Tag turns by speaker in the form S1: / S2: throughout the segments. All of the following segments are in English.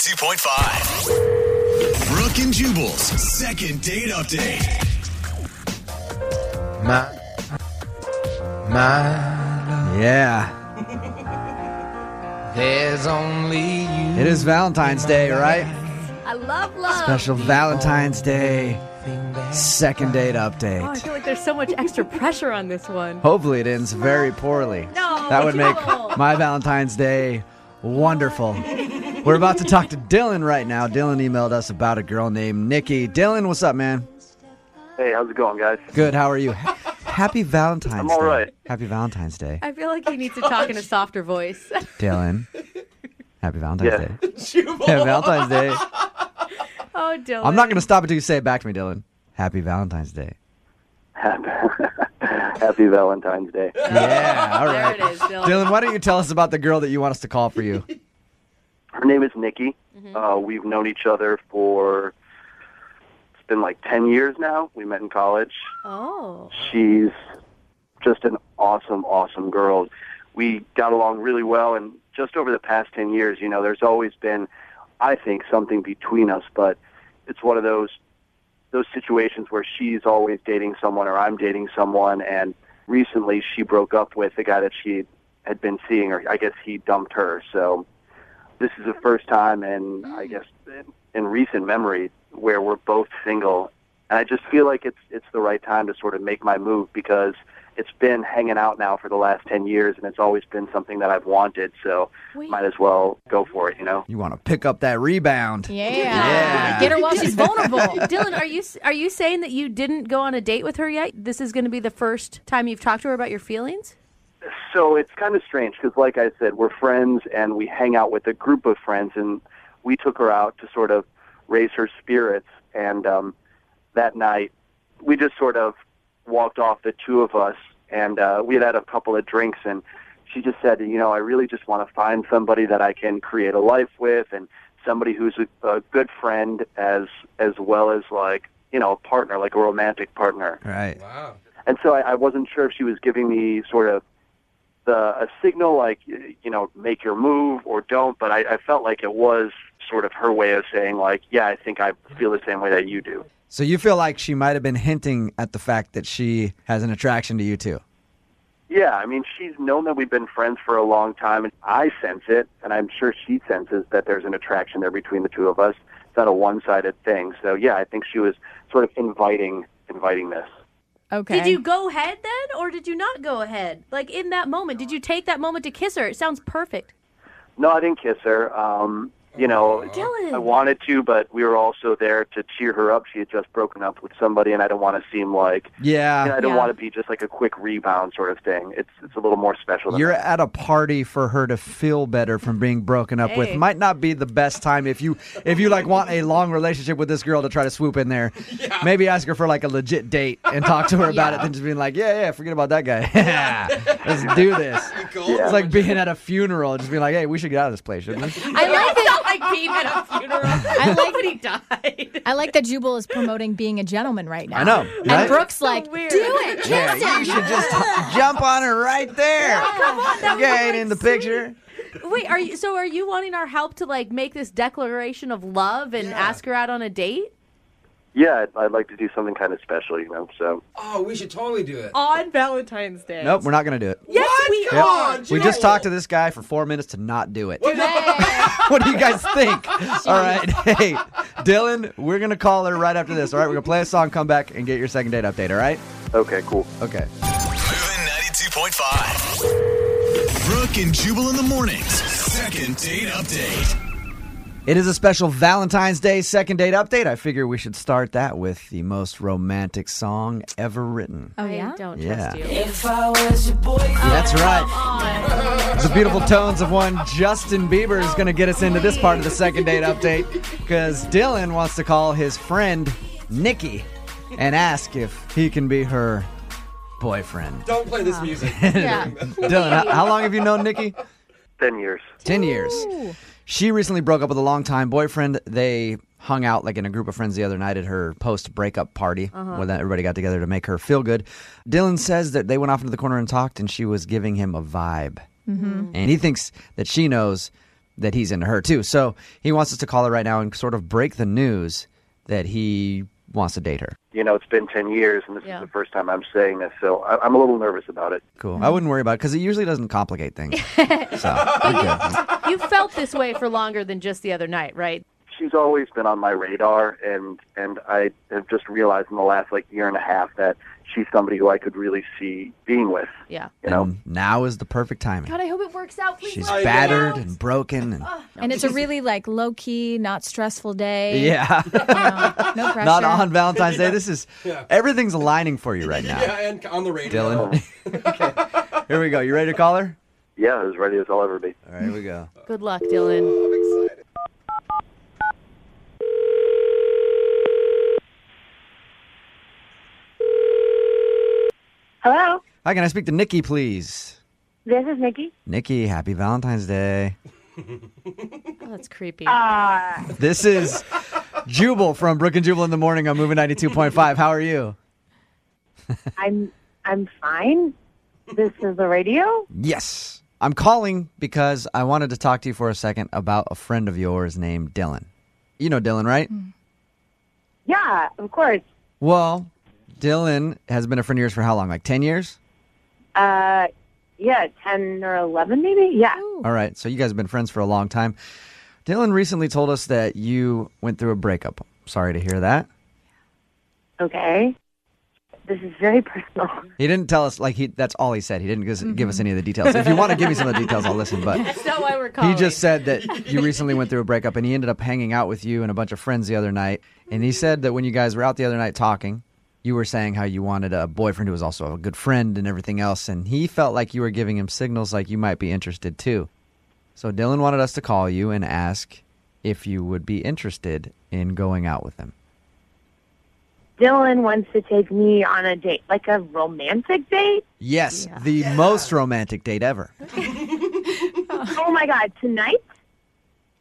S1: 92.5. Brooke and Jubal's second date update.
S2: My, my,
S3: Yeah,
S2: there's only you.
S3: it is Valentine's Day, right?
S4: I love love.
S3: Special Valentine's Day second date update.
S4: Oh, I feel like there's so much extra pressure on this one.
S3: Hopefully, it ends very poorly.
S4: No,
S3: that would make
S4: no.
S3: my Valentine's Day wonderful. We're about to talk to Dylan right now. Dylan emailed us about a girl named Nikki. Dylan, what's up, man?
S5: Hey, how's it going, guys?
S3: Good. How are you? Ha- Happy Valentine's
S5: I'm all
S3: Day.
S5: right.
S3: Happy Valentine's Day,
S4: I feel like he needs to talk in a softer voice.
S3: Dylan. Happy Valentine's
S5: Yeah.
S3: Day. Happy Valentine's Day.
S4: oh, Dylan.
S3: I'm not going to stop until you say it back to me, Dylan. Happy Valentine's Day.
S5: Happy, happy Valentine's Day.
S3: Yeah, all
S4: There
S3: right.
S4: it is, Dylan.
S3: Dylan, why don't you tell us about the girl that you want us to call for you?
S5: Her name is Nikki. Uh, we've known each other for it's been like ten years now. We met in college.
S4: Oh,
S5: She's just an awesome, awesome girl. We got along really well, and just over the past ten years, you know, there's always been, I think, something between us. But it's one of those those situations where she's always dating someone or I'm dating someone and recently she broke up with the guy that she had been seeing or I guess he dumped her. So this is the first time in I guess in- in recent memory where we're both single and I just feel like it's it's the right time to sort of make my move because it's been hanging out now for the last 10 years and it's always been something that I've wanted so
S4: Wait.
S5: might as well go for it, you know.
S3: You want to pick up that rebound.
S6: Yeah.
S3: Yeah.
S6: Get her while she's vulnerable.
S4: Dylan, are you are you saying that you didn't go on a date with her yet? This is going to be the first time you've talked to her about your feelings.
S5: so it's kind of strange because, like I said, we're friends and we hang out with a group of friends, and we took her out to sort of raise her spirits. And um, that night, we just sort of walked off the two of us, and uh, we had had a couple of drinks, and she just said, you know, I really just want to find somebody that I can create a life with, and somebody who's a, a good friend as as well as like you know a partner, like a romantic partner.
S3: Right.
S5: And so I, I wasn't sure if she was giving me sort of the a signal like y- you know make your move or don't. But I, I felt like it was sort of her way of saying like yeah I think I feel the same way that you do.
S3: So you feel like she might have been hinting at the fact that she has an attraction to you too.
S5: Yeah, I mean she's known that we've been friends for a long time, and I sense it, and I'm sure she senses that there's an attraction there between the two of us. It's not a one-sided thing. So yeah, I think she was sort of inviting inviting this.
S6: Okay.
S4: Did you go ahead then, or did you not go ahead? Like in that moment, did you take that moment to kiss her? It sounds perfect.
S5: No, I didn't kiss her. Um, you know,
S4: Dylan.
S5: I wanted to, but we were also there to cheer her up. She had just broken up with somebody, and I don't want to seem like
S3: Yeah.
S5: you know, I don't
S4: Yeah.
S5: want to be just like a quick rebound sort of thing. It's it's a little more special. Than
S3: You're
S5: that.
S3: at a party for her to feel better from being broken up with.
S4: Hey.
S3: Might not be the best time if you if you like want a long relationship with this girl to try to swoop in there. Maybe ask her for like a legit date and talk to her about it than just being like, yeah, yeah, forget about that guy. Let's do this.
S5: Yeah.
S3: It's like being at a funeral and just being like, hey, we should get out of this place, shouldn't we?
S6: I like that.
S4: like being at a funeral.
S6: I like
S4: he died.
S6: I like that Jubal is promoting being a gentleman right now.
S3: I know.
S6: And
S3: right?
S6: Brooke's like,
S4: weird.
S6: do it. Kiss
S3: Yeah,
S6: him.
S3: you should just jump on her right there.
S4: that
S3: Yeah,
S4: was,
S3: ain't
S4: like,
S3: in the
S4: sweet.
S3: picture.
S4: Wait, are you so are you wanting our help to like make this declaration of love and ask her out on a date?
S5: yeah, I'd, I'd like to do something kind of special, you know. So
S7: Oh, we should totally do it.
S4: On Valentine's Day.
S3: Nope, we're not gonna do it.
S4: Yes, we
S3: Yep.
S4: are.
S3: we just talked to this guy for four minutes to not do it. what do you guys think? All right. Hey, Dylan, we're going to call her right after this. All right. We're going to play a song, come back, and get your second date update. All right.
S5: okay, cool.
S3: Okay.
S1: Moving 92.5. Brooke and Jubal in the mornings. Second date update.
S3: It is a special Valentine's Day second date update. I figure we should start that with the most romantic song ever written.
S6: Oh,
S4: I
S6: yeah?
S4: don't
S3: Yeah.
S4: trust you.
S3: That's right. The beautiful tones of one Justin Bieber is going to get us into this part of the second date update because Dylan wants to call his friend Nikki and ask if he can be her boyfriend.
S7: Don't play this music.
S6: Yeah.
S3: Dylan, how, how long have you known Nikki?
S5: Ten years.
S3: 10 years. She recently broke up with a longtime boyfriend. They hung out like in a group of friends the other night at her post breakup party when everybody got together to make her feel good. Dylan says that they went off into the corner and talked, and she was giving him a vibe. And he thinks that she knows that he's into her too. So he wants us to call her right now and sort of break the news that he wants to date her.
S5: You know, it's been 10 years, and this
S4: Yeah.
S5: is the first time I'm saying this, so I- I'm a little nervous about it.
S3: Cool. I wouldn't worry about it because it usually doesn't complicate things. so you're good.
S4: You felt this way for longer than just the other night, right?
S5: she's always been on my radar and and I have just realized in the last like year and a half that she's somebody who I could really see being with.
S4: Yeah.
S5: You know?
S3: And now is the perfect timing.
S6: God, I hope it works out. Please
S3: She's
S6: let it
S3: battered
S6: out.
S3: and broken and
S6: And it's a really like low key, not stressful day.
S3: yeah,
S6: You know, no pressure.
S3: not on Valentine's Day. This is
S7: Yeah.
S3: everything's aligning for you right now,
S7: Yeah, and on the radio. Oh,
S3: Dylan. okay. Here we go. You ready to call her?
S5: Yeah, as ready as I'll ever be.
S3: All right, here we go.
S4: Good luck, Dylan.
S7: I'm excited.
S2: Hello,
S3: Hi, can I speak to Nikki, please?
S2: this is Nikki.
S3: Nikki, happy Valentine's Day.
S4: Oh, that's creepy.
S2: Uh,
S3: This is Jubal from Brook and Jubal in the morning on Moving 92.5. How are you?
S2: I'm I'm fine. This is the radio.
S3: Yes. I'm calling because I wanted to talk to you for a second about a friend of yours named Dylan. You know Dylan, right?
S2: Yeah, of course.
S3: Well, Dylan has been a friend of yours for how long? Like 10 years?
S2: Uh, yeah, ten or eleven, maybe. Yeah,
S3: All right. So you guys have been friends for a long time. Dylan recently told us that you went through a breakup. Sorry to hear that.
S2: okay. This is very personal.
S3: He didn't tell us like he that's all he said. He didn't give us, give us any of the details. If you want to give me some of the details, I'll listen, but
S4: That's not why we're calling.
S3: He just said that you recently went through a breakup and he ended up hanging out with you and a bunch of friends the other night. And he said that when you guys were out the other night talking, you were saying how you wanted a boyfriend who was also a good friend and everything else. And he felt like you were giving him signals like you might be interested too. So Dylan wanted us to call you and ask if you would be interested in going out with him.
S2: Dylan wants to take me on a date, like a romantic date.
S3: Yes, the most romantic date ever.
S2: Oh my God, tonight?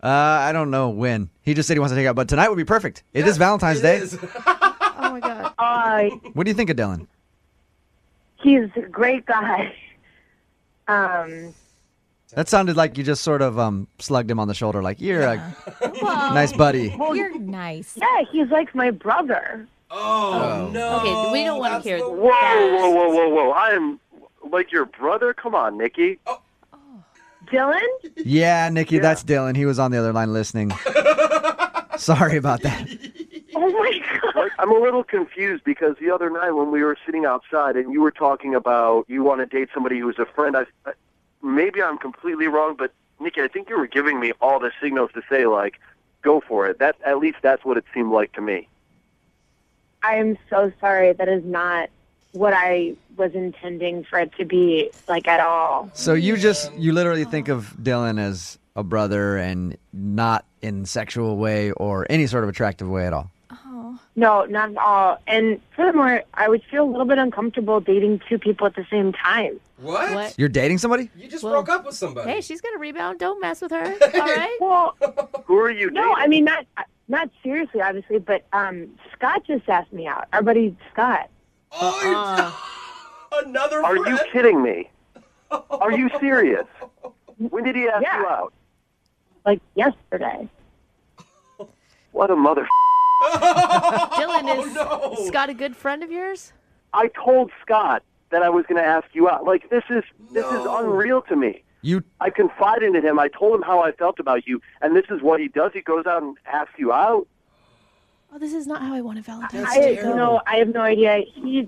S3: Uh, I don't know when. He just said he wants to take out, but tonight would be perfect. It is Valentine's
S7: It
S3: Day.
S7: is.
S4: Oh, my God.
S2: Uh,
S3: What do you think of Dylan?
S2: he's a great guy. Um,
S3: That sounded like you just sort of um, slugged him on the shoulder, like you're a nice buddy.
S6: You're nice.
S2: yeah, he's like my brother.
S7: Oh, no.
S4: Okay, we don't want to
S7: That's
S4: hear
S7: the
S4: that.
S5: Whoa, whoa, whoa, whoa, whoa. I am like your brother? Come on, Nikki.
S2: Oh. Dylan?
S3: Yeah, Nikki, that's Dylan. He was on the other line listening. Sorry about that.
S2: Oh my God.
S5: Like, I'm a little confused because the other night when we were sitting outside and you were talking about you want to date somebody who's a friend, I, I maybe I'm completely wrong, but Nikki, I think you were giving me all the signals to say like, go for it. That at least that's what it seemed like to me.
S2: I'm so sorry. That is not what I was intending for it to be like at all.
S3: So you just you literally think of Dylan as a brother and not in sexual way or any sort of attractive way at all.
S2: No, not at all. And furthermore, I would feel a little bit uncomfortable dating two people at the same time.
S7: What?
S4: What?
S3: You're dating somebody?
S7: You just
S4: Whoa.
S7: broke up with somebody.
S4: Hey, she's going to rebound. Don't mess with her. All right?
S2: Well,
S5: Who are you dating?
S2: no, I mean not not seriously, obviously, but um, Scott just asked me out. Our buddy Scott.
S7: oh, you're- another
S5: Are you
S7: friend.
S5: kidding me? Are you serious? When did he ask
S2: Yeah.
S5: you out?
S2: Like yesterday.
S5: What a mother.
S3: Oh,
S4: Dylan is
S7: no.
S4: Scott a good friend of yours?
S5: I told Scott that I was going to ask you out. Like this is this is
S7: No.
S5: unreal to me.
S3: You
S5: I confided in him. I told him how I felt about you, and this is what he does. He goes out and asks you out.
S4: Oh, this is not how I want a Valentine.
S7: That's
S2: I
S7: terrible.
S2: no, I have no idea. He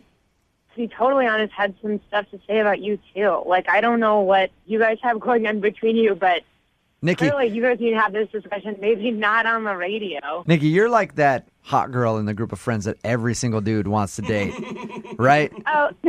S2: to be totally honest, had some stuff to say about you too. Like I don't know what you guys have going on between you, but
S3: Nikki
S2: Clearly, you guys need to have this discussion. Maybe not on the radio.
S3: Nikki, you're like that hot girl in the group of friends that every single dude wants to date. right?
S2: Oh,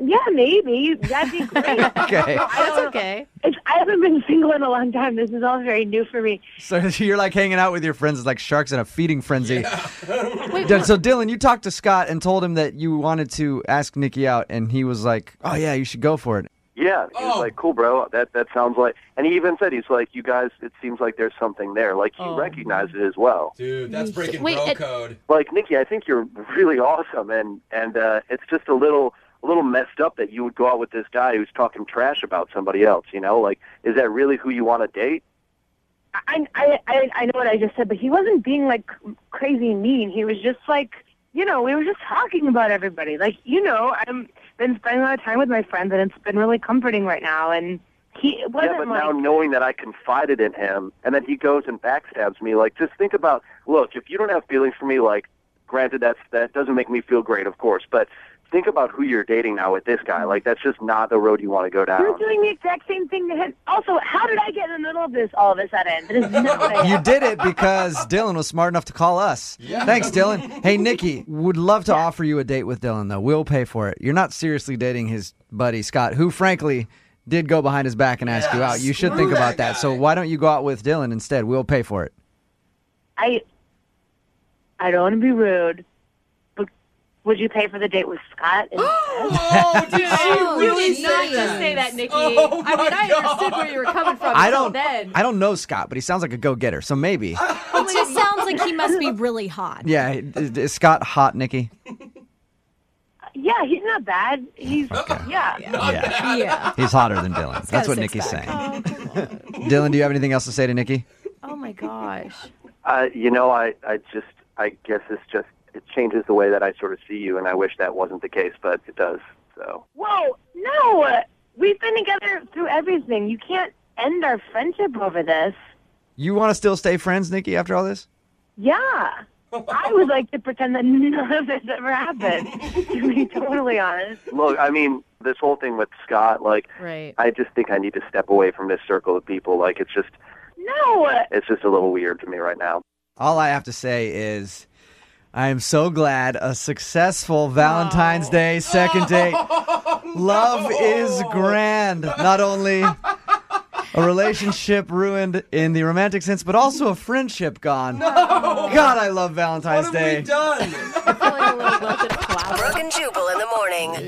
S2: yeah, maybe that'd be great.
S3: Okay.
S4: That's okay.
S2: it's, I haven't been single in a long time. This is all very new for me.
S3: So you're like hanging out with your friends, it's like sharks in a feeding frenzy. Dun- so Dylan, you talked to Scott and told him that you wanted to ask Nikki out, and he was like, "Oh yeah, you should go for it."
S5: Yeah, he was
S7: Oh.
S5: like, "Cool, bro. That that sounds like." And he even said, "He's like, you guys. It seems like there's something there. Like he
S4: Oh.
S5: recognized it as well.
S7: Dude, that's breaking
S4: Wait,
S7: bro
S4: it-
S7: code.
S5: Like Nikki, I think you're really awesome, and and uh, it's just a little a little messed up that you would go out with this guy who's talking trash about somebody else. You know, like is that really who you want to date?
S2: I, I, I, I know what I just said, but he wasn't being like c- crazy mean. He was just like, you know, we were just talking about everybody. Like, you know, I'm been spending a lot of time with my friends, and it's been really comforting right now. And he it wasn't
S5: Yeah, but
S2: like,
S5: now knowing that I confided in him and then he goes and backstabs me, like just think about look, if you don't have feelings for me, like granted that's that doesn't make me feel great, of course, but think about who you're dating now with this guy. Like that's just not the road you want to go down.
S2: you're doing the exact same thing to him. Also, how did I get in the middle of this all of a sudden? This is not what I
S3: You did it because Dylan was smart enough to call us. Thanks, Dylan. Hey, Nikki, would love to offer you a date with Dylan, though. We'll pay for it. You're not seriously dating his buddy, Scott, who, frankly, did go behind his back and ask you
S7: Yeah,
S3: out. You should
S7: screw
S3: think
S7: that
S3: about that.
S7: guy.
S3: So why don't you go out with Dylan instead? We'll pay for it.
S2: I I don't want to be rude, but would you pay for the date with Scott? instead?
S7: Oh, did she
S4: you
S7: really
S4: did not
S7: say
S4: just
S7: that?
S4: say that, Nikki.
S7: Oh,
S4: I mean,
S7: my
S4: I understood where you were coming from.
S3: I
S4: until
S3: don't.
S4: Then.
S3: I don't know Scott, but he sounds like a go-getter. So maybe.
S6: It just sounds like he must be really hot.
S3: Yeah, is, is Scott hot, Nikki?
S2: yeah, he's not bad. He's yeah.
S3: yeah,
S6: Yeah.
S3: he's hotter than Dylan. That's
S6: got a
S3: what Nikki's
S6: six-pack.
S3: saying.
S7: Oh,
S3: Dylan, do you have anything else to say to Nikki?
S4: Oh my gosh.
S5: Uh, you know, I, I just, I guess it's just, it changes the way that I sort of see you, and I wish that wasn't the case, but it does. So,
S2: Whoa, no. We've been together through everything. You can't end our friendship over this.
S3: You want to still stay friends, Nikki? After all this?
S2: Yeah. I would like to pretend that none of this ever happened. to be totally honest.
S5: look, I mean, this whole thing with Scott, like,
S4: Right.
S5: I just think I need to step away from this circle of people. Like, it's just,
S2: No.
S5: it's just a little weird to me right now.
S3: All I have to say is I am so glad a successful Valentine's Day
S7: Oh,
S3: second date. Love is grand. Not only a relationship ruined in the romantic sense, but also a friendship gone. God, I love Valentine's
S7: What have
S3: Day.
S7: we done?
S4: Feeling a little wilted flower.
S8: Brooke and Jubal in the morning.